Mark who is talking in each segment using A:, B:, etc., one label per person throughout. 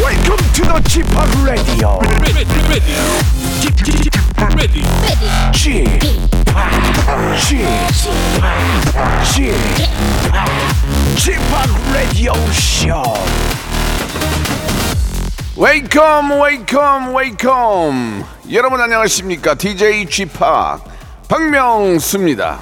A: Welcome to the g p o p Radio.
B: ready, ready, ready,
A: g p o p g p o p g p o p Radio Show. Welcome, Welcome, Welcome. 여러분 안녕하십니까? DJ g p o p 박명수입니다.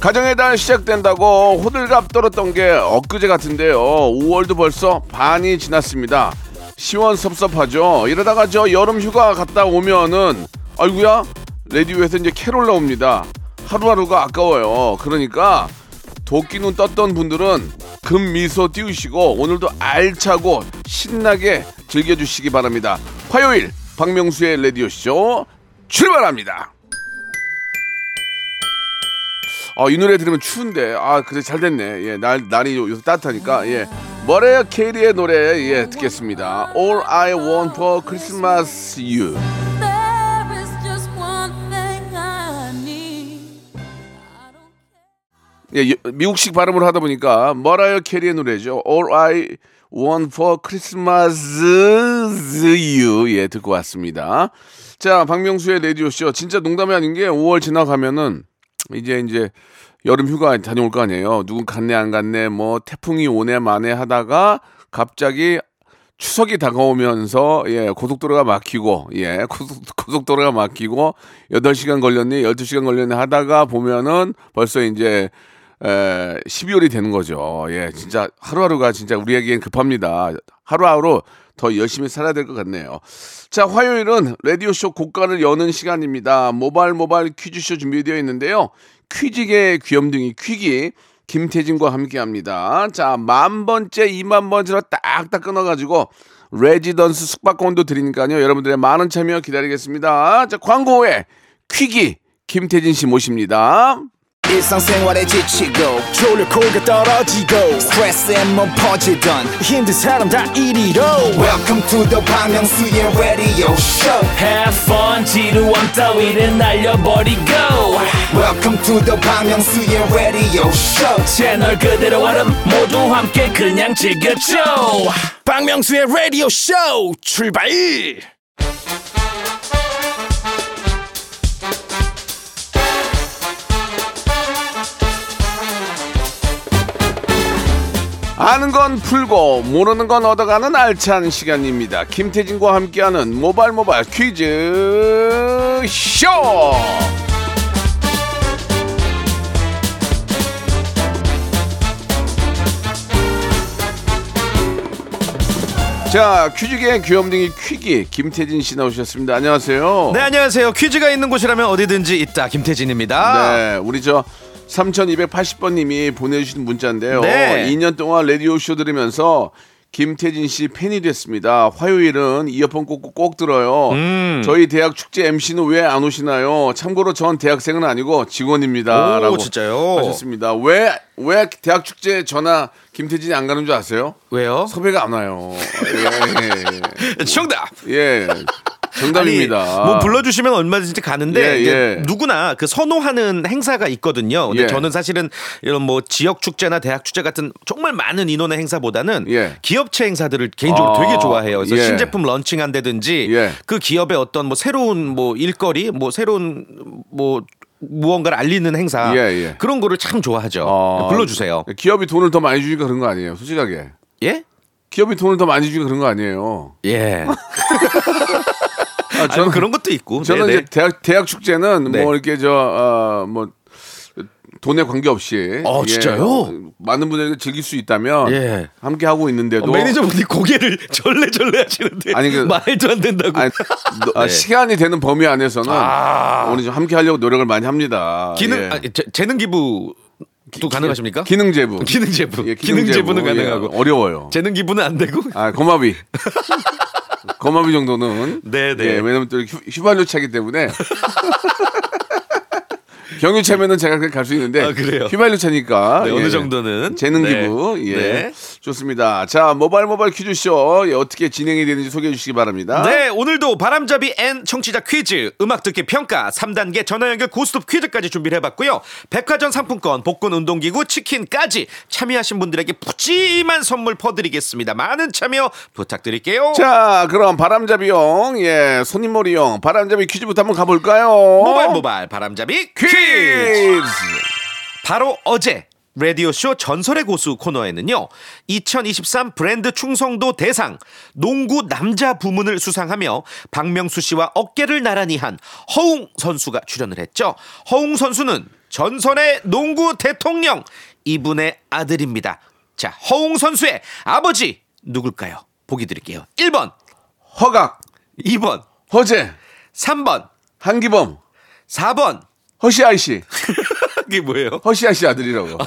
A: 가정의 달 시작된다고 호들갑 떨었던 게 엊그제 같은데요. 5월도 벌써 반이 지났습니다. 시원섭섭하죠. 이러다가 저 여름 휴가 갔다 오면은 아이구야 레디오에서 이제 캐롤 나옵니다. 하루하루가 아까워요. 그러니까 도끼눈 떴던 분들은 금미소 띄우시고 오늘도 알차고 신나게 즐겨주시기 바랍니다. 화요일 박명수의 레디오쇼 출발합니다. 어, 이 노래 들으면 추운데 아 그래 잘 됐네 예날 날이 요- 요새 따뜻하니까 예 머레어 캐리의 노래 예 듣겠습니다 All I Want for Christmas You
C: There is just one thing I need. I don't
A: 예 여- 미국식 발음으로 하다 보니까 머레어 캐리의 노래죠 All I Want for Christmas You 예 듣고 왔습니다 자 박명수의 라디오 쇼 진짜 농담이 아닌 게 5월 지나가면은 이제 이제 여름 휴가 다녀올 거 아니에요. 누군 갔네 안 갔네 뭐 태풍이 오네 마네 하다가 갑자기 추석이 다가오면서 예 고속도로가 막히고 예 고속, 고속도로가 막히고 8시간 걸렸니 12시간 걸렸니 하다가 보면은 벌써 이제 에, 12월이 되는 거죠. 예, 진짜 하루하루가 진짜 우리에겐 급합니다. 하루하루 더 열심히 살아야 될 것 같네요. 자, 화요일은 라디오쇼 고가를 여는 시간입니다. 모발 모발 퀴즈쇼 준비되어 있는데요. 퀴즈계의 귀염둥이 퀴기 김태진과 함께 합니다. 자, 만 번째, 이만 번째로 딱딱 끊어가지고 레지던스 숙박권도 드리니까요. 여러분들의 많은 참여 기다리겠습니다. 자, 광고 후에 퀴기 김태진 씨 모십니다.
D: 일상생활에 지치고, 졸려 코가 떨어지고, 스트레스에 몸 퍼지던, 힘든 사람 다 이리로. welcome to the Bang Myung-soo's radio show
E: Have fun 지루함 따위를 날려버리고
D: welcome to the Bang Myung-soo's radio show
E: 채널 그대로 얼음 모두 함께 그냥 즐겨줘
F: 박명수의 라디오 쇼 출발!
A: 아는 건 풀고 모르는 건 얻어가는 알찬 시간입니다. 김태진과 함께하는 모발 모발 퀴즈 쇼. 자 퀴즈계의 귀염둥이 퀴기 김태진 씨 나오셨습니다. 안녕하세요.
F: 네 안녕하세요 퀴즈가 있는 곳이라면 어디든지 있다 김태진입니다
A: 네, 우리 저 3280번님이 보내주신 문자인데요.
F: 네.
A: 2년 동안 라디오쇼 들으면서 김태진 씨 팬이 됐습니다. 화요일은 이어폰 꽂고 꼭 들어요.
F: 음.
A: 저희 대학 축제 MC는 왜 안 오시나요? 참고로 전 대학생은 아니고 직원입니다.
F: 오,
A: 라고
F: 진짜요?
A: 하셨습니다. 왜, 왜 대학 축제 전화 김태진이 안 가는 줄 아세요?
F: 왜요?
A: 섭외가 안 와요. 예,
F: 정답!
A: 예, 예. 정답입니다.
F: 아니, 뭐 불러주시면 얼마든지 가는데
A: 예,
F: 이제
A: 예.
F: 누구나 그 선호하는 행사가 있거든요. 근데
A: 예.
F: 저는 사실은 이런 뭐 지역 축제나 대학 축제 같은 정말 많은 인원의 행사보다는
A: 예.
F: 기업체 행사들을 개인적으로
A: 아,
F: 되게 좋아해요. 그래서
A: 예.
F: 신제품 런칭한다든지
A: 예.
F: 그 기업의 어떤 뭐 새로운 뭐 일거리, 뭐 새로운 뭐 무언가를 알리는 행사
A: 예, 예.
F: 그런 거를 참 좋아하죠.
A: 어,
F: 불러주세요.
A: 기업이 돈을 더 많이 주니까 그런 거 아니에요. 솔직하게.
F: 예?
A: 기업이 돈을 더 많이 주니까 그런 거 아니에요.
F: 예.
A: 아,
F: 저는 뭐 그런 것도 있고.
A: 저는
F: 네네.
A: 이제 대학 대학 축제는
F: 네.
A: 뭐 이렇게 아, 저뭐 돈에 관계 없이 예,
F: 어, 진짜요?
A: 많은 분들이 즐길 수 있다면
F: 예.
A: 함께 하고 있는데도
F: 어, 매니저분이 고개를 절레절레 하시는데
A: 아니, 그-
F: 말도 안 된다고.
A: 아니, 너- 아,
F: 네. 아.
A: 시간이 되는 범위 안에서는 오늘 좀 함께 하려고 노력을 많이 합니다.
F: 기능
A: 예.
F: 아, 재, 재능 기부도 가능하십니까?
A: 기능 제부
F: 기능 제부.
A: 예,
F: 기능 제부는
A: 예,
F: 가능하고.
A: 어려워요.
F: 재능 기부는 안 되고.
A: 아 고마비. 고마비 정도는.
F: 네, 네.
A: 예, 왜냐면 또 휘- 휘발유 차기 때문에. 경유 차면은 제가 그냥 갈 수 있는데
F: 아, 그래요?
A: 휘발유 차니까
F: 네, 어느 정도는.
A: 예. 재능
F: 네.
A: 기부 예
F: 네.
A: 좋습니다. 자 모바일 모바일 퀴즈쇼 예, 어떻게 진행이 되는지 소개해 주시기 바랍니다.
F: 네, 오늘도 바람잡이 N 청취자 퀴즈, 음악 듣기 평가, 3단계 전화 연결 고스톱 퀴즈까지 준비를 해봤고요. 백화점 상품권, 복근 운동기구, 치킨까지 참여하신 분들에게 푸짐한 선물 퍼드리겠습니다. 많은 참여 부탁드릴게요.
A: 자 그럼 바람잡이용 예 손님몰이용 바람잡이 퀴즈부터 한번 가볼까요?
F: 모발 모발 바람잡이
A: 퀴즈
F: 퀴즈! 바로 어제 라디오쇼 전설의 고수 코너에는요, 2023 브랜드 충성도 대상, 농구 남자 부문을 수상하며, 박명수 씨와 어깨를 나란히 한 허웅 선수가 출연을 했죠. 허웅 선수는 전설의 농구 대통령, 이분의 아들입니다. 자, 허웅 선수의 아버지, 누굴까요? 보기 드릴게요. 1번,
A: 허각
F: 2번,
A: 허재
F: 3번,
A: 한기범
F: 4번.
A: 허시아이 씨
F: 이게 뭐예요?
A: 허시아 씨 아들이라고 어,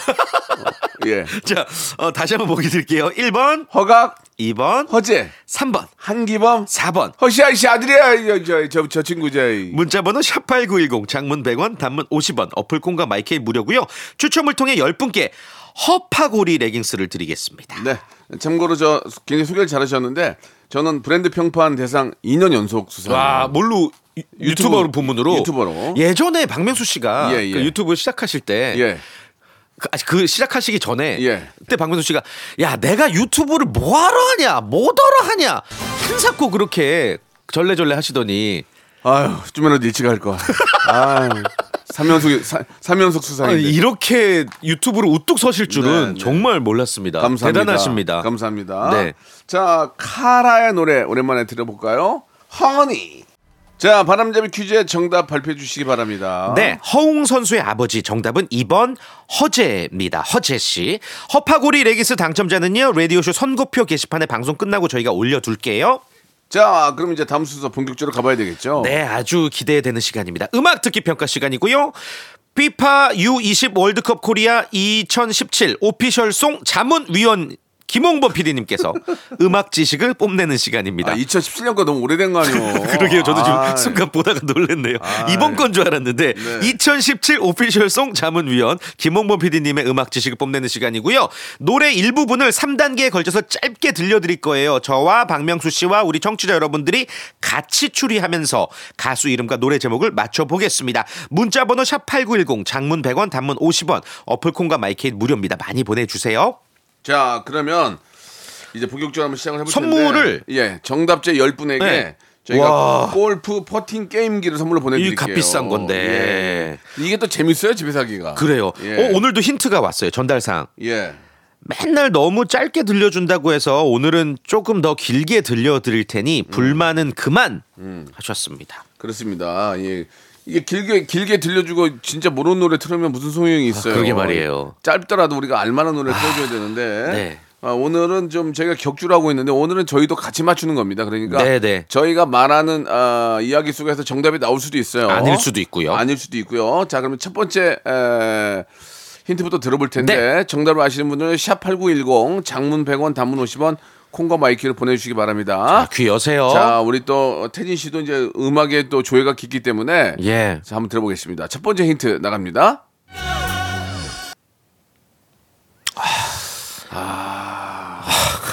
A: 예
F: 자, 어, 다시 한번 보기 드릴게요. 1번,
A: 허각
F: 2번,
A: 허재
F: 3번,
A: 한기범
F: 4번.
A: 허시아 씨 아들이야 저저 저, 저 친구 저
F: 문자 번호 샵8910 장문 100원 단문 50원 어플 콩과 마이케이 무료고요. 추첨을 통해 10분께 허파고리 레깅스를 드리겠습니다.
A: 네. 참고로 저 굉장히 소개를 잘하셨는데 저는 브랜드 평판 대상 2년 연속 수상.
F: 와, 뭘로 음. 유-
A: 유튜브,
F: 유튜버로 본문으로
A: 유튜버로.
F: 예전에 박명수 씨가
A: 예, 예.
F: 그 유튜브 시작하실 때
A: 예.
F: 그, 아직 그 시작하시기 전에
A: 예.
F: 그때 박명수 씨가 야 내가 유튜브를 뭐하러 하냐 뭐더러 하냐 한사코 그렇게 절레절레 하시더니
A: 아유, 좀이라도 일찍 할 거. 아. 3연속 3연속
F: 아니,
A: 수상인데.
F: 이렇게 유튜브로 우뚝 서실 줄은
A: 네, 네.
F: 정말 몰랐습니다.
A: 감사합니다.
F: 대단하십니다.
A: 감사합니다.
F: 네.
A: 자, 카라의 노래 오랜만에 들어볼까요? 허니. 자, 바람잡이 퀴즈의 정답 발표해 주시기 바랍니다.
F: 네, 허웅 선수의 아버지 정답은 2번 허재입니다. 허재 씨. 허파고리 레기스 당첨자는요. 라디오쇼 선고표 게시판에 방송 끝나고 저희가 올려둘게요.
A: 자, 아, 그럼 이제 다음 순서 본격적으로 가봐야 되겠죠?
F: 네, 아주 기대되는 시간입니다. 음악 듣기 평가 시간이고요. 피파 U20 월드컵 코리아 2017 오피셜 송 자문위원 김홍범 PD님께서 음악 지식을 뽐내는 시간입니다.
A: 아, 2017년 거 너무 오래된 거 아니에요?
F: 그러게요. 저도 지금
A: 아,
F: 순간 보다가 놀랐네요. 이번 건 줄 알았는데
A: 네.
F: 2017 오피셜송 자문위원 김홍범 PD님의 음악 지식을 뽐내는 시간이고요. 노래 일부분을 3단계에 걸쳐서 짧게 들려드릴 거예요. 저와 박명수 씨와 우리 청취자 여러분들이 같이 추리하면서 가수 이름과 노래 제목을 맞춰보겠습니다. 문자번호 샵8910 장문 100원 단문 50원 어플콘과 마이케인 무료입니다. 많이 보내주세요.
A: 자, 그러면 이제 본격적으로 한번 시작을 해볼
F: 선물을-
A: 텐데 예, 정답제 10분에게
F: 네.
A: 저희가
F: 와.
A: 골프 퍼팅 게임기를 선물로 보내드릴게요.
F: 이 값비싼 건데.
A: 예. 이게 또 재밌어요 집에서 하기가.
F: 그래요.
A: 예.
F: 어, 오늘도 힌트가 왔어요. 전달상.
A: 예.
F: 맨날 너무 짧게 들려준다고 해서 오늘은 조금 더 길게 들려드릴 테니 불만은 그만 하셨습니다.
A: 그렇습니다. 예. 이게 길게 길게 들려주고 진짜 모르는 노래 틀으면 무슨 소용이 있어요.
F: 아, 그러게 말이에요. 아,
A: 짧더라도 우리가 알만한 노래 를 틀어줘야 되는데
F: 네.
A: 아, 오늘은 좀 저희가 격주를 하고 있는데 오늘은 저희도 같이 맞추는 겁니다. 그러니까
F: 네, 네.
A: 저희가 말하는 아, 이야기 속에서 정답이 나올 수도 있어요.
F: 아닐 수도 있고요.
A: 아닐 수도 있고요. 자 그러면 첫 번째 에, 힌트부터 들어볼 텐데
F: 네.
A: 정답을 아시는 분들은 샵8910 장문 100원 단문 50원 콩과 마이키를 보내주시기 바랍니다.
F: 아, 귀 여세요.
A: 자, 우리 또 태진 씨도 이제 음악에 또 조예가 깊기 때문에
F: 예.
A: 자, 한번 들어보겠습니다. 첫 번째 힌트 나갑니다.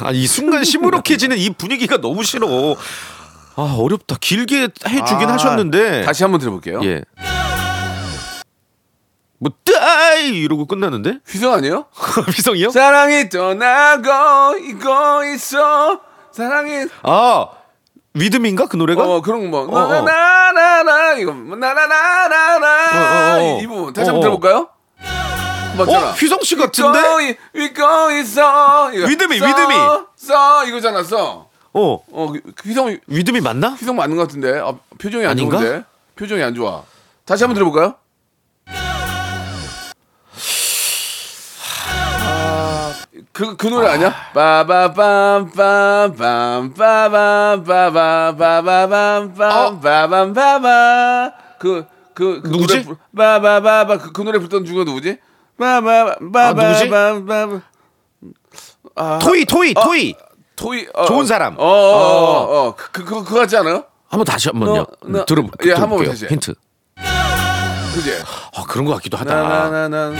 F: 아, 이 순간 시무룩해지는 이 분위기가 너무 싫어. 아, 어렵다. 길게 해주긴
A: 아,
F: 하셨는데.
A: 다시 한번 들어볼게요.
F: 예. 뭐, 따이! 이러고 끝나는데?
A: 휘성 아니에요?
F: 비성이요?
A: 사랑이 떠나고 있고 있어. 사랑이
F: 아, 위드민가? 그 노래가?
A: 어 그런 거 뭐.
F: 어, 어.
A: 나나나나 이거 뭐 나나나나나
F: 어, 어, 어.
A: 이 부분 다시 한번
F: 어, 어.
A: 들어볼까요?
F: 어,
A: 맞잖아.
F: 휘성씨
A: 고
F: 같은데?
A: 있- 있고 있어. 이거.
F: 믿음이,
A: 써,
F: 믿음이.
A: 써 이거잖아 써.
F: 어,
A: 어 그- 휘성
F: 위드민 맞나?
A: 휘성 맞는 것 같은데 아, 표정이 안
F: 아닌가?
A: 좋은데 표정이 안 좋아 다시 한번 들어볼까요? 그 그 노래 아니야? 빠바밤밤밤밤밤밤밤밤밤밤밤밤밤밤밤 그그
F: 어? 누구지?
A: 빠바바바 그, 그 노래 부르던 중가 누구지?
F: 아, 누구지?
A: 빠바바바밤
F: 토이, 토이, 토이!
A: 토이 어,
F: 좋은 사람. 어.
A: 어어어그 그거 그거 같지 않아요?
F: 한번 다시 한번요. 음,
A: 너, 너,
F: 들어
A: 예,
F: 들어볼게요.
A: 한번 다시.
F: 힌트.
A: 그지?
F: 아, 그런 것 같기도 하다.
A: 나나나나.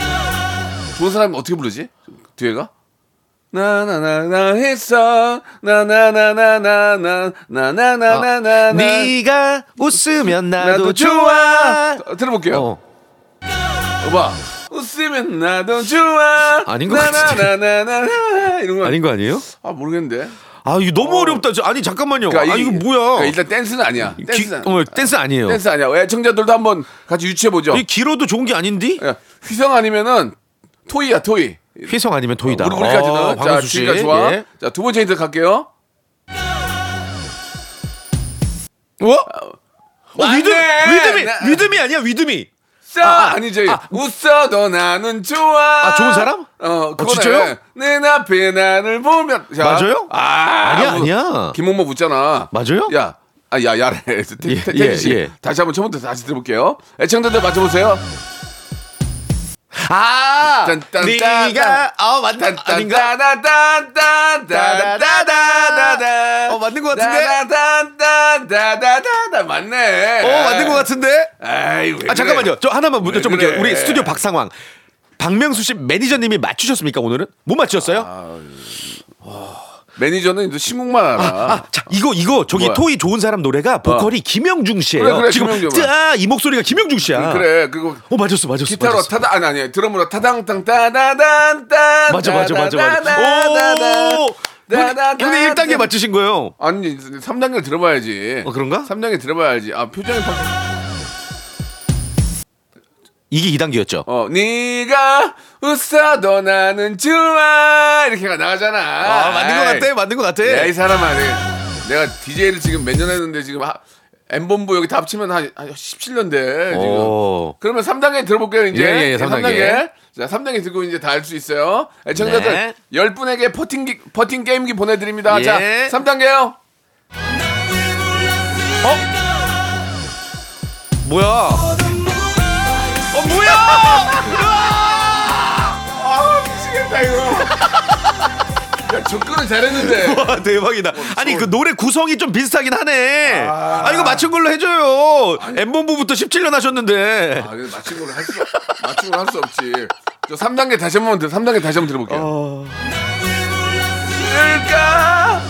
A: 좋은 사람이 어떻게 부르지? 뒤에가? 나나나나 했어 나나나나나나
F: 아,
A: 나나나나나
F: 네가 웃으면 나도
A: 나도
F: 좋아.
A: 어, 들어볼게요.
F: 어.
A: 봐. 웃으면 나도 좋아.
F: 아닌 것
A: 나나나나나 이런 거
F: 아닌 거 아니에요?
A: 아 모르겠는데.
F: 아, 이거 너무 어. 렵다 아니, 잠깐만요. 아, 이거 뭐야?
A: 그러니까 일단 댄스는 아니야.
F: 기,
A: 댄스는.
F: 어, 댄스 아니에요.
A: 댄스 아니야. 왜 청자들도 한번 같이 유치해 보죠.
F: 이 길어도 좋은 게 아닌디?
A: 휘성 아니면은 토이야 토이.
F: 휘성 아니면 토이다.
A: 우리 우리까지는
F: 어,
A: 자
F: 박명수 씨.
A: 주가 좋아.
F: 예.
A: 자 두 번째 힌트 갈게요.
F: 어? 어,
A: 안
F: 위드,
A: 돼!
F: 위드미,
A: 나-
F: 위드미 아니야, 위드미.
A: 싸 아, 아, 니지 웃어도 나는 좋아.
F: 아, 좋은 사람?
A: 어, 그거
F: 진짜요?
A: 내 앞에 나를 보면 자.
F: 맞아요?
A: 아,
F: 아니야,
A: 뭐,
F: 아니야.
A: 김홍모 웃잖아.
F: 맞아요?
A: 야. 아, 야, 야래. 태,
F: 예,
A: 태, 태기 씨.
F: 예, 예.
A: 다시 한번 처음부터 다시 들어볼게요. 애청자들 맞춰보세요.
F: 아,
A: 딴, 딴,
F: 네가 어 맞다 아닌가?
A: 딴딴따다딴따다다다다다다.
F: 어, 맞는 것 같은데?
A: 따다다다다다다다. 맞네.
F: 어 맞는 것 같은데?
A: 아이, 왜
F: 아 잠깐만요.
A: 그래.
F: 저 하나만
A: 왜
F: 문제 좀 볼게요.
A: 그래? 예.
F: 우리 스튜디오 박상황, 박명수 씨 매니저님이 맞추셨습니까 오늘은? 못 맞추셨어요? 아,
A: 매니저는 이제 신곡만 알아.
F: 자 이거 이거 저기
A: 뭐야? 어.
F: 토이 좋은 사람 노래가 보컬이 김영중 씨예요.
A: 그래, 그래,
F: 지금
A: 김영중. 음,
F: 짜, 이 목소리가 김영중 씨야.
A: 그래 그리고
F: 어 맞았어 맞았어.
A: 기타로
F: 맞았어.
A: 타다 아니 아니 드럼으로 타당탕 따다단따
F: 맞아 맞아 맞아 맞아. 오. 형님, 형님 1단계 맞추신 거예요.
A: 아니 3단계 들어봐야지
F: 어, 그런가?
A: 3단계 들어봐야지 아 표정이 바...
F: 이게 2단계였죠.
A: 어 네가 웃어도 나는 좋아 이렇게가 나가잖아
F: 아, 맞는 것 같아. 맞는 것 같아.
A: 야이 사람아 내가, 내가 DJ를 지금 몇 년 했는데 지금 하, M본부 여기 다 합치면 한, 한 17년 돼 지금
F: 오.
A: 그러면 3단계 들어볼게요, 이제.
F: 예, 예, 예, 삼 단계.
A: 자, 3단계 듣고 이제 다 알 수 있어요. 애청자들
F: 네.
A: 10분에게 퍼팅, 기- 퍼팅 게임기 보내드립니다.
F: 예.
A: 자, 3단계요.
F: 뭐야? 어 뭐야?
A: 아, 미치겠다, 이거. 야, 접근은 잘했는데.
F: 와 대박이다. 아니 그 노래 구성이 좀 비슷하긴 하네.
A: 아.
F: 아 이거 맞춘 걸로 해줘요. 엠본부부터 17년 하셨는데.
A: 아, 그래서 맞춘 걸할 수, 맞춘 걸할수 없지. 저 3단계 다시 한 번, 들- 3단계 다시 한 번 들어볼게요. 그럴까?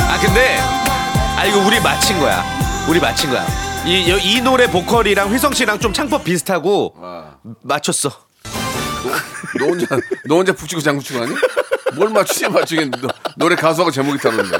F: 아 근데 아 이거 우리 맞힌 거야. 우리 맞힌 거야. 이, 여- 이 노래 보컬이랑 휘성 씨랑 좀 창법 비슷하고
A: 아,
F: 맞췄어.
A: 너 혼자, 너 혼자 붙이고 장구치고 하니? 뭘 맞추지 맞추겠는데. 너- 노래 가수하고 제목이 다른데.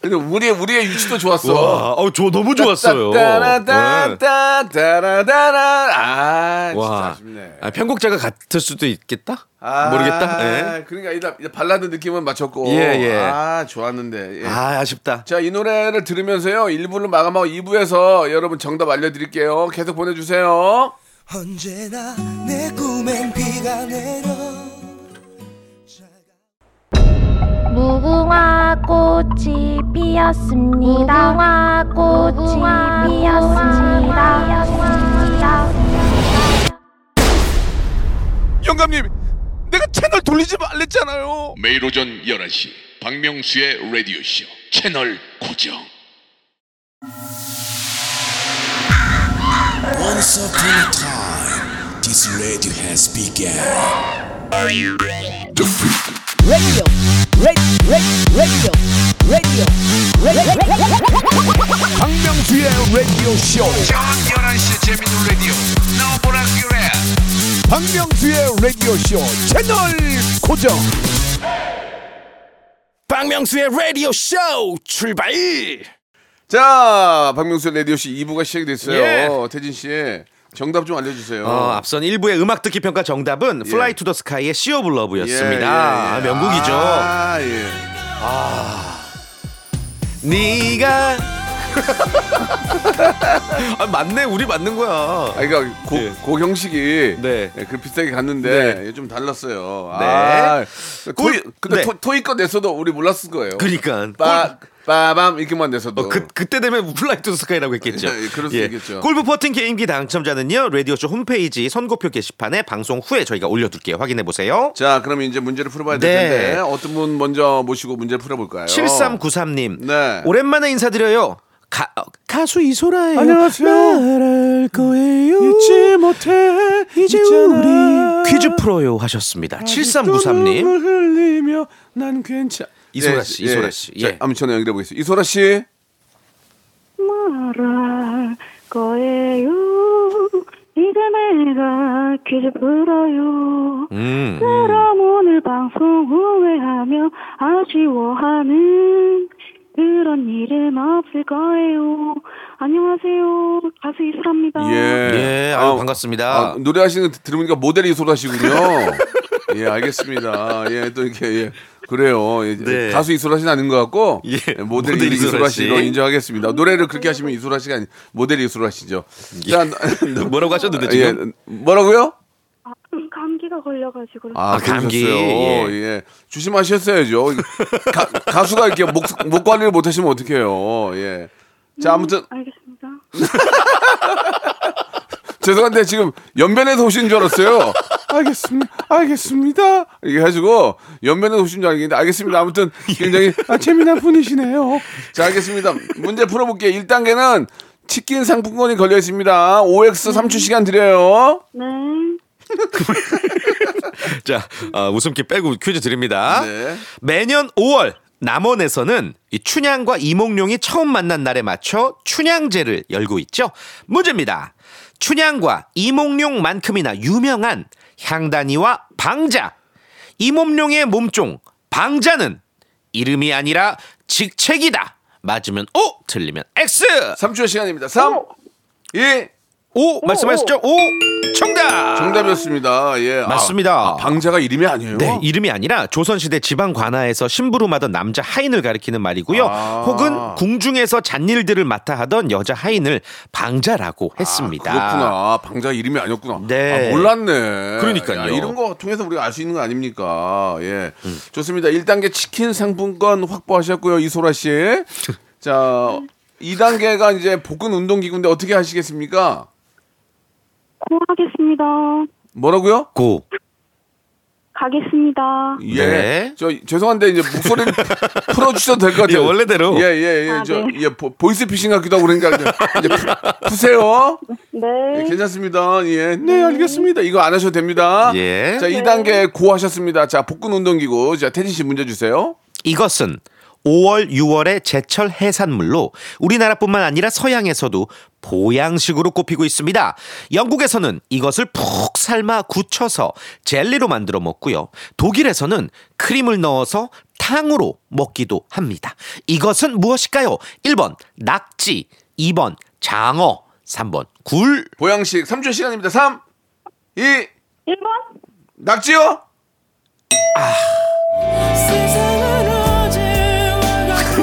A: 근데 우리의, 우리의 유치도 좋았어.
F: 와, 어, 저 너무 좋았어요. 네.
A: 따라따따따라따라. 아, 진짜
F: 와,
A: 아쉽네.
F: 아, 편곡자가 같을 수도 있겠다.
A: 아,
F: 모르겠다. 예.
A: 그러니까 일단 일단 발라드 느낌은 맞췄고.
F: 예, 예.
A: 아, 좋았는데. 예.
F: 아 아쉽다.
A: 자, 이 노래를 들으면서요. 1부를 마감하고 2부에서 여러분 정답 알려 드릴게요. 계속 보내 주세요.
G: 언제나 내 꿈엔 비가 내려
H: 무궁화 꽃이 피었습니다. 무궁화 꽃이 피었습니다.
B: 영감님 내가 채널 돌리지 말랬잖아요
I: 매일 오전 11시 박명수의 라디오쇼 채널 고정
J: Once upon a time, this radio has begun. 박명수의 라디오 쇼 출발!
A: 자, 박명수 라디오 씨 2부가 시작이 됐어요.
F: 예.
A: 태진 씨. 정답 좀 알려 주세요.
F: 어, 앞선 1부의 음악 듣기 평가 정답은
A: 예.
F: Fly to the Sky의 Sea of Love였습니다. 아, 명곡이죠.
A: 아, 예.
F: 네가 아, 맞네. 우리 맞는 거야.
A: 아, 그러니까 고,
F: 예.
A: 고 형식이
F: 네.
A: 예, 그 비슷하게 갔는데 예, 좀 달랐어요.
F: 네.
A: 아, 토이,
F: 고-
A: 근데
F: 네.
A: 토, 토이 거 냈어도 우리 몰랐을 거예요.
F: 그러니까.
A: 빠, 빠밤 이렇게만 냈어도.
F: 어, 그, 그때 되면 플라이 투 스카이라고 했겠죠.
A: 예, 그럴 수 있겠죠.
F: 골프 퍼팅 게임기 당첨자는요. 라디오쇼 홈페이지 선고표 게시판에 방송 후에 저희가 올려둘게요. 확인해 보세요.
A: 자, 그럼 이제 문제를 풀어봐야
F: 네.
A: 될 텐데 어떤 분 먼저 모시고 문제를 풀어볼까요?
F: 7393님.
A: 네.
F: 오랜만에 인사드려요. 가, 어, 가수 이소라예요.
A: 안녕하세요. 음,
F: 말할 거예요.
A: 잊지 못해
F: 이제
A: 있잖아.
F: 우리 퀴즈 풀어요
A: 아,
F: 하셨습니다. 7393님.
A: 눈물 흘리며 난 괜찮.
F: 이소라 씨, 이소라 씨.
A: 예, 자,
F: 예.
A: 한번 전화 연결해 보겠습니다. 이소라 씨.
H: 말할 거예요. 이제 내가 퀴즈 풀어요.
F: 음.
H: 그럼 오늘 방송 후회하며 아쉬워하는 그런 일은 없을 거예요. 안녕하세요. 가수 이사입니다.
A: 예.
F: 예, 아유, 반갑습니다.
A: 아, 노래하시는 거 들으니까 모델 이소라 씨군요. 예, 알겠습니다. 예, 또 이렇게 예. 그래요. 예,
F: 네.
A: 가수 이소라 씨는 아닌 것 같고
F: 예,
A: 예, 모델,
F: 모델
A: 이소라
F: 이소라
A: 씨로
F: 씨.
A: 인정하겠습니다. 노래를 그렇게 하시면 이소라 씨가 아니 모델 이소라 씨죠. 자,
F: 뭐라고 하셨는데
A: 예,
F: 예. 지금?
A: 뭐라고요?
H: 아, 감기가 걸려가지고.
A: 아,
F: 아, 감기.
A: 그러셨어요. 예.
F: 예.
A: 조심하셨어야죠. 가, 가수가 이렇게 목, 목 관리를 못 하시면 어떡해요. 예. 자, 아무튼
H: 알겠습니다.
A: 죄송한데 지금 연변에서 오신 줄 알았어요. 알겠습니다. 알겠습니다. 이게 해가지고 연변에서 오신 줄 알겠는데 알겠습니다. 아무튼 굉장히 아, 재미난 분이시네요. 자, 알겠습니다. 문제 풀어볼게요. 1단계는 치킨 상품권이 걸려 있습니다. OX 3초 시간 드려요.
H: 네.
F: 자, 어, 웃음기 빼고 퀴즈 드립니다.
A: 네.
F: 매년 5월 남원에서는 이 춘향과 이몽룡이 처음 만난 날에 맞춰 춘향제를 열고 있죠. 문제입니다. 춘향과 이몽룡만큼이나 유명한 향단이와 방자. 이몽룡의 몸종 방자는 이름이 아니라 직책이다. 맞으면 O, 틀리면 X.
A: 3초 시간입니다. 3, 2,
F: O 말씀하셨죠? O 정답.
A: 정답이었습니다. 예. 아,
F: 맞습니다.
A: 아, 방자가 이름이 아니에요?
F: 네, 이름이 아니라 조선시대 지방 관아에서 심부름하던 남자 하인을 가리키는 말이고요.
A: 아.
F: 혹은 궁중에서 잔일들을 맡아 하던 여자 하인을 방자라고 했습니다.
A: 아, 그렇구나. 방자 이름이 아니었구나.
F: 네.
A: 아, 몰랐네.
F: 그러니까요.
A: 야, 이런 거 통해서 우리가 알 수 있는 거 아닙니까? 예.
F: 음.
A: 좋습니다. 1단계 치킨 상품권 확보하셨고요. 이소라 씨. 자, 2단계가 이제 복근 운동기구인데 어떻게 하시겠습니까?
H: 고 하겠습니다.
A: 뭐라고요?
F: 고.
H: 가겠습니다.
A: 예.
F: 네.
A: 저 죄송한데 이제 목소리를 풀어주셔도 될 것 같아요.
F: 예, 원래대로.
A: 예, 예, 예.
H: 아,
A: 저,
H: 네.
A: 예, 보, 보이스피싱 같기도 하고 그러니까 이제 푸- 푸세요. 예,
H: 네.
A: 괜찮습니다. 예. 네, 알겠습니다. 이거 안 하셔도 됩니다.
F: 예.
A: 자, 2단계 고 하셨습니다. 자, 복근 운동기구. 자, 태진 씨 문제 주세요.
F: 이것은 5월, 6월의 제철 해산물로 우리나라뿐만 아니라 서양에서도 보양식으로 꼽히고 있습니다. 영국에서는 이것을 푹 삶아 굳혀서 젤리로 만들어 먹고요. 독일에서는 크림을 넣어서 탕으로 먹기도 합니다. 이것은 무엇일까요? 1번 낙지, 2번 장어, 3번 굴.
A: 보양식 3초 시간입니다. 3, 2,
H: 1번.
A: 낙지요?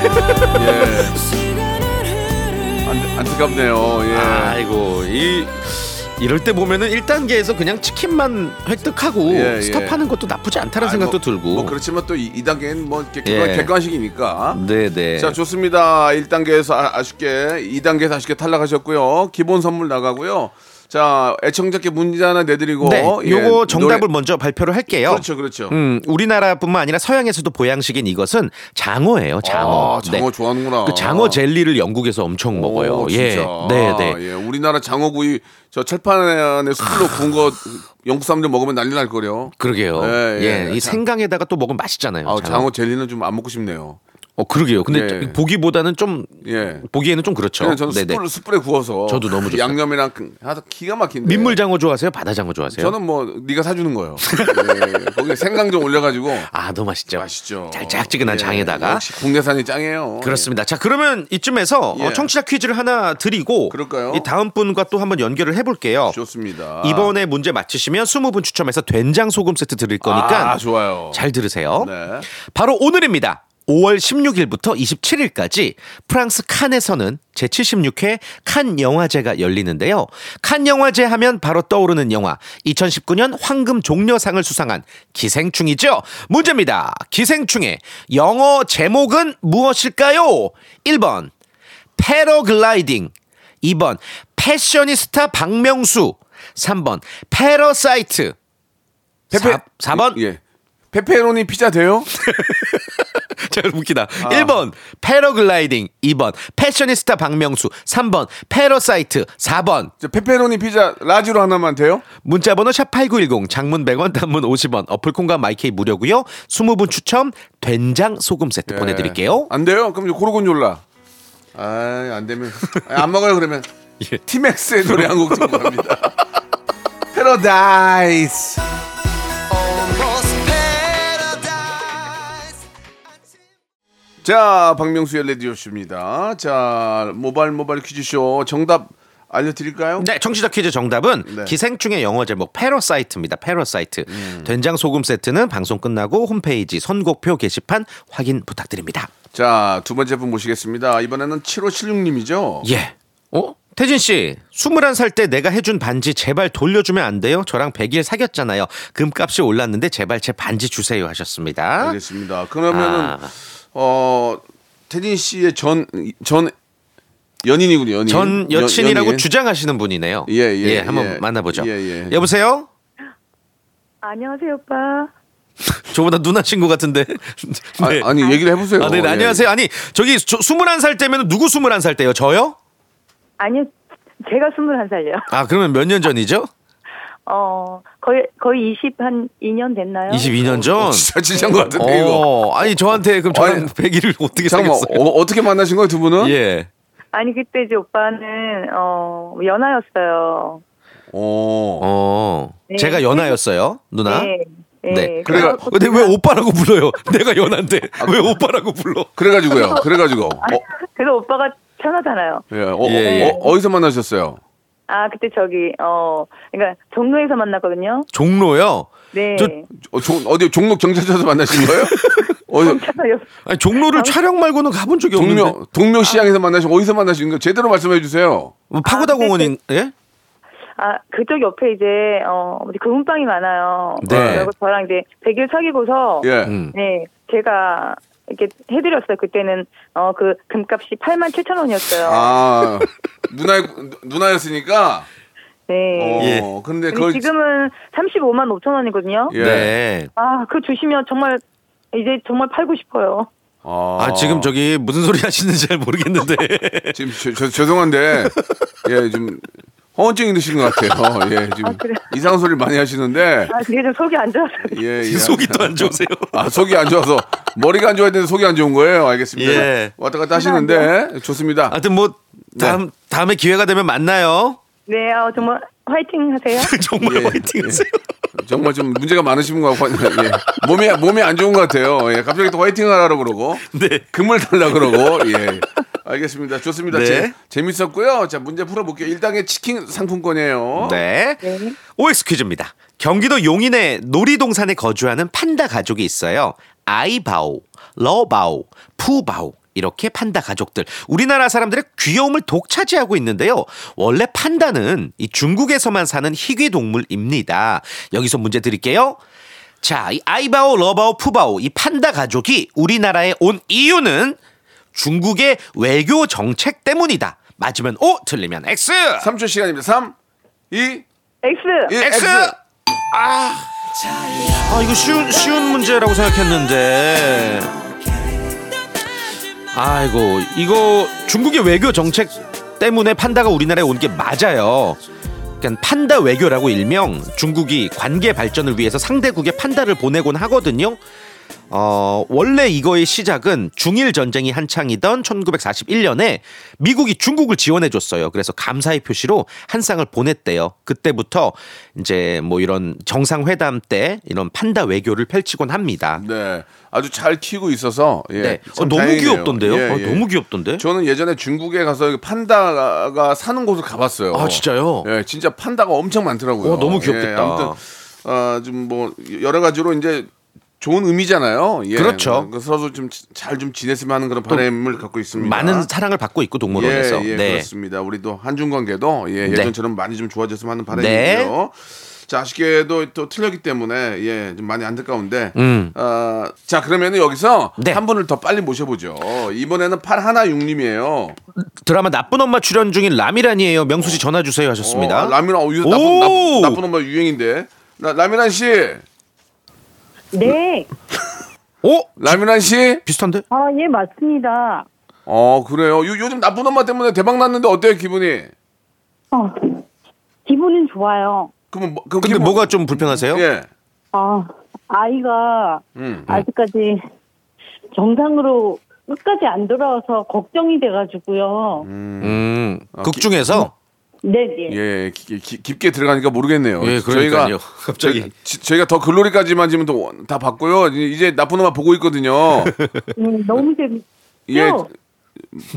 F: 네.
A: 예. 안, 안타깝네요. 예.
F: 아이고 이 이럴 때 보면은 1단계에서 그냥 치킨만 획득하고
A: 예, 예.
F: 스톱하는 것도 나쁘지 않다는
A: 아이,
F: 생각도
A: 뭐,
F: 들고.
A: 뭐 그렇지만 또 2, 단계는뭐 이렇게
F: 예.
A: 객관, 객관식이니까.
F: 네네.
A: 자, 좋습니다. 1단계에서 아, 쉽게 2단계에서 아쉽게 탈락하셨고요. 기본 선물 나가고요. 자, 애청자께 문제 하나 내드리고.
F: 네,
A: 예,
F: 요거 정답을
A: 노래-
F: 먼저 발표를 할게요.
A: 그렇죠, 그렇죠.
F: 음, 우리나라뿐만 아니라 서양에서도 보양식인 이것은 장어예요. 장어.
A: 아, 장어 좋아하는구나.
F: 그 장어 젤리를 영국에서 엄청 먹어요.
A: 오,
F: 예,
A: 진짜.
F: 네, 네.
A: 예, 우리나라 장어구이 저 철판에 숯불로 구운 거 영국 사람들 먹으면 난리 날 거려.
F: 그러게요.
A: 예,
F: 예,
A: 예.
F: 이
A: 장-
F: 생강에다가 또 먹으면 맛있잖아요.
A: 아,
F: 장어.
A: 장어 젤리는 좀 안 먹고 싶네요.
F: 어, 그러게요. 근데
A: 예.
F: 보기보다는 좀
A: 예.
F: 보기에는 좀 그렇죠.
A: 그냥 저는
F: 네, 네.
A: 숯불, 숯불에 구워서
F: 저도 너무 좋다.
A: 양념이랑 그- 하다 기가 막힌데.
F: 민물 장어 좋아하세요? 바다 장어 좋아하세요?
A: 예. 저는 뭐 네가 사주는 거예요. 예, 거기에 생강 좀 올려가지고
F: 아, 너무 맛있죠.
A: 맛있죠.
F: 달짝지근한
A: 예,
F: 장에다가.
A: 역시 국내산이 짱이에요.
F: 그렇습니다. 자 그러면 이쯤에서
A: 예.
F: 어, 청취자 퀴즈를 하나 드리고
A: 그럴까요?
F: 이 다음 분과 또 한번 연결을 해볼게요.
A: 예, 좋습니다.
F: 이번에 문제 맞히시면 20분 추첨해서 된장 소금 세트 드릴 거니까
A: 아, 좋아요.
F: 잘 들으세요.
A: 네.
F: 바로 오늘입니다. 5월 16일부터 27일까지 프랑스 칸에서는 제76회 칸 영화제가 열리는데요. 칸 영화제 하면 바로 떠오르는 영화 2019년 황금 종려상을 수상한 기생충이죠. 문제입니다. 기생충의 영어 제목은 무엇일까요? 1번 패러글라이딩 2번 패셔니스타 박명수 3번 패러사이트
A: 페페-
F: 4, 번
A: 예. 페페로니 피자 돼요?
F: 진짜 웃기다. 1번 패러글라이딩, 2번 패셔니스타 박명수, 3번 패러사이트, 4번
A: 저 페페로니 피자 라지로 하나만 돼요?
F: 문자번호 샵8910 장문 100원 단문 50원 어플콘과 마이케이 무료고요 20분 추첨 된장 소금 세트 예.
A: 예.
F: 보내드릴게요
A: 안 돼요? 그럼 이제 고르곤졸라. 아안 되면 아, 안 먹어요 그러면
F: 예.
A: 티맥스의 노래 한 곡 듣고 갑니다. 패러다이스. 자, 박명수의 레디오쇼입니다. 자, 모발 모발 퀴즈쇼 정답 알려드릴까요?
F: 네 청취자 퀴즈 정답은
A: 네.
F: 기생충의 영어 제목 패러사이트입니다 패러사이트 된장 소금 세트는 방송 끝나고 홈페이지 선곡표 게시판 확인 부탁드립니다
A: 자, 두 번째 분 모시겠습니다. 이번에는 7576님이죠?
F: 예 어? 태진 씨, 21살 때 내가 해준 반지 제발 돌려주면 안 돼요? 저랑 100일 사귀었잖아요. 금값이 올랐는데 제발 제 반지 주세요 하셨습니다.
A: 알겠습니다. 그러면은,
F: 아.
A: 어, 태진 씨의 전, 전 연인이군요, 연인.
F: 전
A: 여-
F: 여친이라고
A: 연인.
F: 주장하시는 분이네요.
A: 예, 예,
F: 한번
A: 예.
F: 만나보죠.
A: 예, 예.
F: 여보세요?
H: 안녕하세요, 오빠.
F: 저보다 누나신 것 같은데.
A: 아,
F: 네.
A: 아니, 얘기를 해보세요.
F: 아, 네, 네,
A: 예,
F: 안녕하세요. 아니, 저기 저, 21살 때면 누구 21살 때요? 저요?
K: 아니요, 제가 21살이요.
F: 아, 그러면 몇 년 전이죠?
K: 어, 거의, 거의 20, 한 2년 됐나요?
F: 22년 전.
A: 예. 진짜 진짜인 것 같은데, 이거.
F: 어, 아니, 저한테 그럼 저랑
A: 아니,
F: 100일을 어떻게
A: 잠깐만,
F: 사귀었어요?
A: 어, 어떻게 만나신 거예요, 두 분은?
F: 예.
K: 아니, 그때 이제 오빠는, 어, 연하였어요.
A: 어.
F: 어.
K: 네.
F: 제가 연하였어요, 누나.
H: 예,
K: 네. 네.
A: 그래가-
K: 그래갖고
F: 근데 왜
K: 그냥-
F: 오빠라고 불러요? 내가 연한데 왜 오빠라고 불러?
A: 그래가지고요, 그래가지고.
K: 아, 네.
A: 어,
K: 그래서 오빠가 편하잖아요.
A: 예, 어,
F: 예, 예.
A: 어, 어, 어디서 만나셨어요?
K: 아, 그때 저기, 어, 그러니까 종로에서 만났거든요.
F: 종로요.
K: 네.
F: 저-
A: 어, 종, 어디 종로 경찰서에서 만나신 거예요? 어디,
K: 괜찮아요.
F: 아니, 종로를 촬영 말고는 가본 적이 없는데.
A: 동묘 동묘 시장에서 만나신 어디서 만나신 거 제대로 말씀해 주세요.
F: 뭐 파고다
K: 아, 네,
F: 공원인 예?
K: 아, 그쪽 옆에 이제, 어, 어디 금은방이 많아요.
F: 네.
K: 그리고 저랑 이제 100일 사귀고서,
A: 예.
F: 음.
K: 네, 제가 이렇게 해드렸어요. 그때는, 어, 그 금값이 8만 7천 원이었어요.
A: 아 누나 누나였으니까.
K: 네.
A: 어.
F: 예.
A: 근데
K: 근데
A: 그걸
K: 지금은 35만 5천 원이거든요.
A: 예.
F: 네.
K: 아, 그거 주시면 정말 이제 정말 팔고 싶어요.
A: 아,
F: 아, 지금 저기 무슨 소리 하시는지 잘 모르겠는데.
A: 지금 저, 저- 죄송한데 예 지금 허언증이 드신 것 같아요. 예 지금
K: 그래요?
A: 이상한 소리를 많이 하시는데
K: 아, 그게 좀 속이 안 좋아서. 그래요.
A: 예, 예.
F: 속이 또 안 좋으세요.
A: 아 속이 안 좋아서 머리가 안 좋아야 되는데 속이 안 좋은 거예요. 알겠습니다.
F: 예.
A: 왔다 갔다 하시는데 좋습니다.
F: 하여튼 뭐 다음 다음에 기회가 되면 만나요.
K: 네, 아, 정말 화이팅 하세요.
F: 정말
A: 예.
F: 화이팅하세요.
A: 정말 좀 문제가 많으신 것 같고 예. 몸이 몸이 안 좋은 것 같아요. 예. 갑자기 또 화이팅 하라고 그러고
F: 네.
A: 금을 달라 그러고 예. 알겠습니다. 좋습니다.
F: 네.
A: 재, 재밌었고요. 자 문제 풀어볼게요. 일당의 치킨 상품권이에요.
F: 네. OX 퀴즈입니다. 경기도 용인의 놀이동산에 거주하는 판다 가족이 있어요. 아이바오, 러바오, 푸바오. 이렇게 판다 가족들 우리나라 사람들의 귀여움을 독차지하고 있는데요. 원래 판다는 이 중국에서만 사는 희귀 동물입니다. 여기서 문제 드릴게요. 자, 이 아이바오, 러바오, 푸바오 이 판다 가족이 우리나라에 온 이유는 중국의 외교 정책 때문이다. 맞으면 O, 틀리면 X.
A: 3초 시간입니다. 3, 2, 1,
K: 엑스!
A: X.
F: 예, 아 이거 쉬운 쉬운 문제라고 생각했는데 아이고 이거 중국의 외교 정책 때문에 판다가 우리나라에 온 게 맞아요. 그러니까 판다 외교라고 일명 중국이 관계 발전을 위해서 상대국에 판다를 보내곤 하거든요. 어, 원래 이거의 시작은 중일 전쟁이 한창이던 1941년에 미국이 중국을 지원해 줬어요. 그래서 감사의 표시로 한 쌍을 보냈대요. 그때부터 이제 뭐 이런 정상회담 때 이런 판다 외교를 펼치곤 합니다.
A: 네. 아주 잘 키우고 있어서 예.
F: 네. 어,
A: 참
F: 너무
A: 다행이네요.
F: 귀엽던데요?
A: 예,
F: 어,
A: 예.
F: 너무 귀엽던데?
A: 저는 예전에 중국에 가서 판다가 사는 곳을 가봤어요.
F: 아, 진짜요?
A: 예, 진짜 판다가 엄청 많더라고요.
F: 어, 너무 귀엽겠다.
A: 예, 아무튼 아, 좀 뭐 여러 가지로 이제 좋은 의미잖아요. 예,
F: 그렇죠.
A: 그 서로 좀 잘 좀 지냈으면 하는 그런 바람을 갖고 있습니다.
F: 많은 사랑을 받고 있고 동물원에서.
A: 예, 예,
F: 네.
A: 그렇습니다. 우리도 한중 관계도 예, 예전처럼 많이 좀 좋아졌으면 하는 바람이고요.
F: 네.
A: 자, 아쉽게도 또 틀렸기 때문에 예, 좀 많이 안타까운데.
F: 음.
A: 어, 자, 그러면은 여기서
F: 네.
A: 한 분을 더 빨리 모셔보죠. 이번에는 8166님이에요.
F: 드라마 나쁜 엄마 출연 중인 라미란이에요. 명수 씨 전화 주세요 하셨습니다.
A: 어, 라미란 어, 이거 나쁜,
F: 오!
A: 나쁜, 나쁜 엄마 유행인데. 라, 라미란 씨.
K: 네.
F: 오
A: 라미란 씨
F: 어? 비슷한데?
K: 아, 예, 맞습니다.
A: 어 그래요. 요, 요즘 나쁜 엄마 때문에 대박 났는데 어때요 기분이?
K: 어, 기분은 좋아요.
A: 그럼 뭐,
F: 근데 뭐가 좀 불편하세요?
A: 예.
K: 아, 아이가
A: 음.
K: 아직까지 정상으로 끝까지 안 돌아와서 걱정이 돼가지고요.
F: 음. 극 중에서
K: 네, 네.
A: 예, 깊- 깊- 깊게 들어가니까 모르겠네요.
F: 예, 그러니까요.
A: 저희가
F: 갑자기.
A: 저희- 지- 저희가 더 글로리까지만 지금 또 다 봤고요. 이- 이제 나쁜 엄마 보고 있거든요.
K: 음, 너무 재밌죠?
A: 예,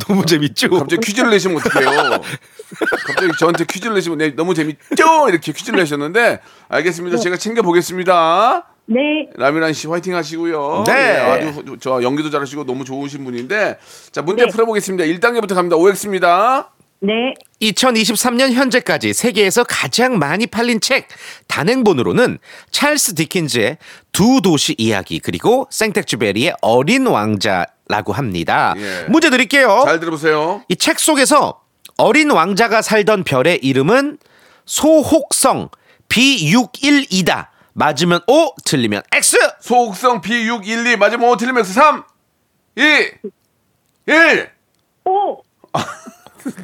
F: 너무 재밌죠.
A: 갑자기 퀴즈를 내시면 어떡해요? 갑자기 저한테 퀴즈를 내시면 네, 너무 재밌죠? 이렇게 퀴즈를 내셨는데 알겠습니다. 제가 챙겨 보겠습니다.
K: 네.
A: 라미란 씨 화이팅 하시고요.
F: 네.
A: 예, 아주 저 연기도 잘하시고 너무 좋으신 분인데 자 문제 풀어보겠습니다. 1단계부터 갑니다. OX입니다.
K: 네.
F: 2023년 현재까지 세계에서 가장 많이 팔린 책 단행본으로는 찰스 디킨즈의 두 도시 이야기 그리고 생텍쥐베리의 어린 왕자라고 합니다.
A: 예.
F: 문제 드릴게요.
A: 잘 들어보세요.
F: 이 책 속에서 어린 왕자가 살던 별의 이름은 소혹성 B612다. 맞으면 O, 틀리면 X.
A: 소옥성 B612 맞으면 5 틀리면 X 3 2 1
K: 오!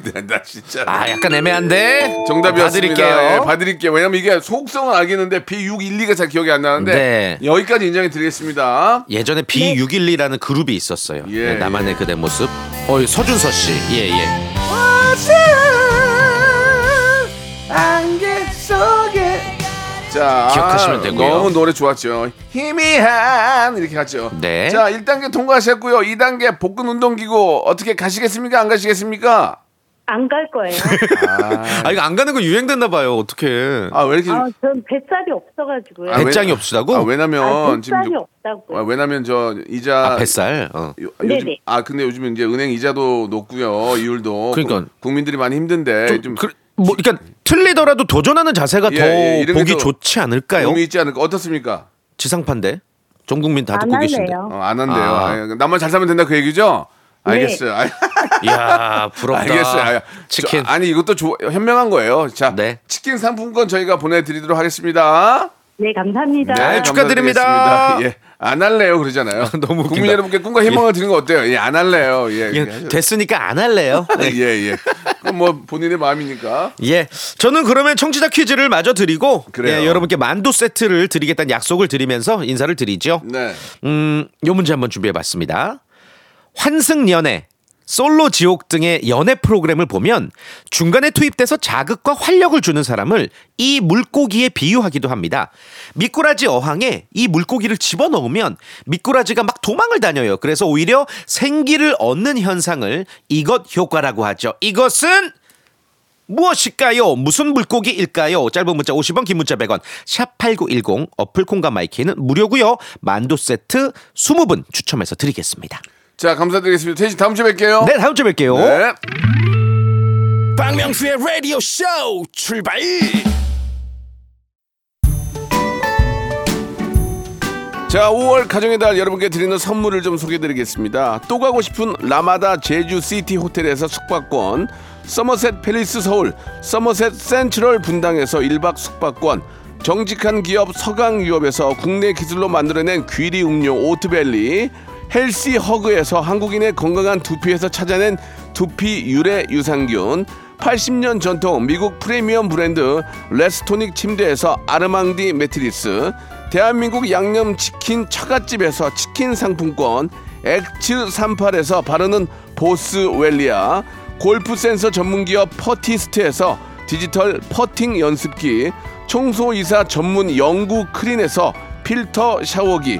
A: 네, 나 진짜
F: 아, 약간 애매한데.
A: 정답이었습니다.
F: 봐드릴게요.
A: 예, 봐드릴게요. 왜냐면 이게 소옥성은 알겠는데 B612가 잘 기억이 안 나는데
F: 네.
A: 여기까지 인정해 드리겠습니다.
F: 예전에
K: 네.
F: B612라는 그룹이 있었어요.
A: 예,
F: 네, 나만의 그대 모습. 어, 이 서준서 씨. 예, 예.
A: 자,
F: 기억하시면 되고요.
A: 너무 노래 좋았죠. 희미한 이렇게 갔죠.
F: 네.
A: 자, 1단계 통과하셨고요. 2단계 복근 운동기구 어떻게 가시겠습니까? 안 가시겠습니까?
K: 안 갈 거예요.
F: 아, 이거 안 가는 거 유행됐나 봐요. 어떻게?
A: 아, 왜 이렇게
K: 아, 전 뱃살이 없어가지고요.
A: 아, 왜-
F: 배짱이 없으다고?
A: 아, 왜냐면
K: 아,
A: 지금
K: 뱃살이
A: 요-
K: 없다고.
A: 아, 왜냐면 저 이자
F: 아, 뱃살. 어.
A: 요,
K: 네네.
A: 요즘 아 근데 요즘 이제 은행 이자도 높고요 이율도
F: 그러니까.
A: 구- 국민들이 많이 힘든데 좀,
F: 그, 뭐, 그러니까 틀리더라도 도전하는 자세가
A: 예,
F: 더
A: 예, 이런 게
F: 보기
A: 또
F: 좋지 않을까요?
A: 의미 있지 않을까 어떻습니까?
F: 지상파인데 전 국민 다
K: 안
F: 듣고 계신데.
K: 할래요.
A: 어, 안 한대요.
F: 아.
A: 아, 나만 잘 살면 된다 그 얘기죠?
K: 네.
A: 알겠어요. 아,
F: 이야 부럽다.
A: 알겠어요. 아,
F: 치킨.
A: 저, 아니 이것도 조, 현명한 거예요. 자
F: 네.
A: 치킨 상품권 저희가 보내드리도록 하겠습니다.
K: 네, 감사합니다.
F: 네, 축하드립니다.
A: 감사드리겠습니다. 예. 안 할래요 그러잖아요.
F: 너무 웃긴다.
A: 국민 여러분께 꿈과 희망을 드리는 거 어때요? 예, 안 할래요. 예.
F: 예,
A: 하죠.
F: 됐으니까 안 할래요.
A: 예, 예. 그건 뭐 본인의 마음이니까.
F: 예, 저는 그러면 청취자 퀴즈를 마저 드리고
A: 그래요.
F: 예, 여러분께 만두 세트를 드리겠다는 약속을 드리면서 인사를 드리죠.
A: 네.
F: 음, 요 문제 한번 준비해봤습니다. 환승 연애, 솔로 지옥 등의 연애 프로그램을 보면 중간에 투입돼서 자극과 활력을 주는 사람을 이 물고기에 비유하기도 합니다. 미꾸라지 어항에 이 물고기를 집어넣으면 미꾸라지가 막 도망을 다녀요. 그래서 오히려 생기를 얻는 현상을 이것 효과라고 하죠. 이것은 무엇일까요? 무슨 물고기일까요? 짧은 문자 50원, 긴 문자 100원. 샵 8910 어플 콩과 마이키는 무료고요. 만두 세트 20분 추첨해서 드리겠습니다.
A: 자, 감사드리겠습니다. 태진 다음 주에 뵐게요.
F: 네, 다음 주에 뵐게요.
A: 네.
J: 박명수의 라디오 쇼 출발!
A: 자, 5월 가정의 달 여러분께 드리는 선물을 좀 소개드리겠습니다. 또 가고 싶은 라마다 제주시티 호텔에서 숙박권, 서머셋 팰리스 서울, 서머셋 센트럴 분당에서 1박 숙박권, 정직한 기업 서강유업에서 국내 기술로 만들어낸 귀리 음료 오트밸리, 헬시 허그에서 한국인의 건강한 두피에서 찾아낸 두피 유래 유산균, 80년 전통 미국 프리미엄 브랜드 레스토닉 침대에서 아르망디 매트리스, 대한민국 양념치킨 처갓집에서 치킨 상품권 엑츠 38에서 바르는 보스웰리아 골프 센서 전문기업 퍼티스트에서 디지털 퍼팅 연습기 청소이사 전문 영구 크린에서 필터 샤워기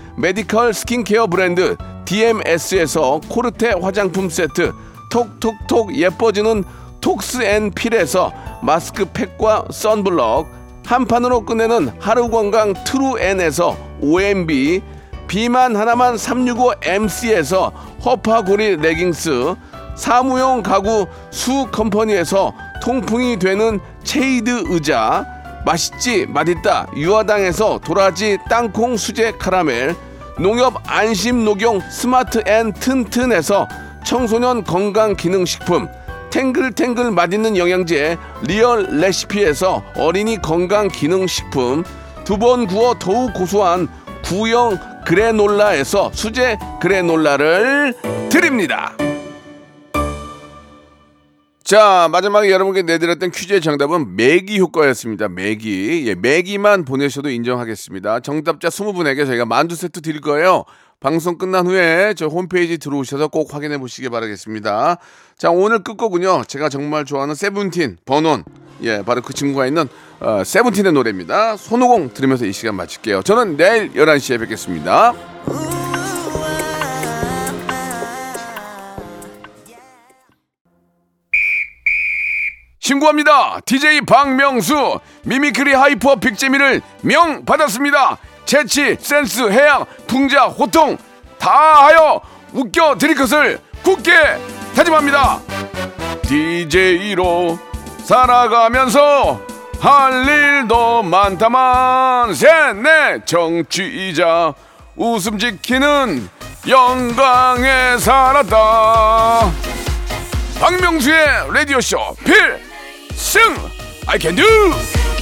A: 메디컬 스킨케어 브랜드 DMS에서 코르테 화장품 세트 톡톡톡 예뻐지는 톡스앤필에서 마스크팩과 선블럭 한 판으로 끝내는 하루 건강 트루엔에서 OMB 비만 하나만 365MC에서 허파고리 레깅스, 사무용 가구 수 컴퍼니에서 통풍이 되는 체이드 의자, 맛있지 맛있다 유화당에서 도라지 땅콩 수제 카라멜, 농협 안심 녹용 스마트 앤 튼튼에서 청소년 건강 기능 식품, 탱글탱글 맛있는 영양제 리얼 레시피에서 어린이 건강 기능 식품, 두 번 구워 더욱 고소한 구형 그래놀라에서 수제 그래놀라를 드립니다. 자, 마지막에 여러분께 내드렸던 퀴즈의 정답은 매기 효과였습니다. 매기. 예, 매기만 보내셔도 인정하겠습니다. 정답자 20분에게 저희가 만두 세트 드릴 거예요. 방송 끝난 후에 저 홈페이지 들어오셔서 꼭 확인해 보시기 바라겠습니다. 자, 오늘 끝곡은요. 제가 정말 좋아하는 세븐틴, 번원. 예, 바로 그 친구가 있는 어, 세븐틴의 노래입니다. 손오공 들으면서 이 시간 마칠게요. 저는 내일 11시에 뵙겠습니다. 신고합니다. DJ 박명수 미미크리 하이퍼 빅재미를 명 받았습니다. 재치, 센스, 해양, 풍자, 호통 다하여 웃겨 드릴 것을 굳게 다짐합니다. DJ로 살아가면서 할 일도 많다만 셋내 정취이자 웃음 지키는 영광에 살았다. 박명수의 라디오쇼 필승 I can do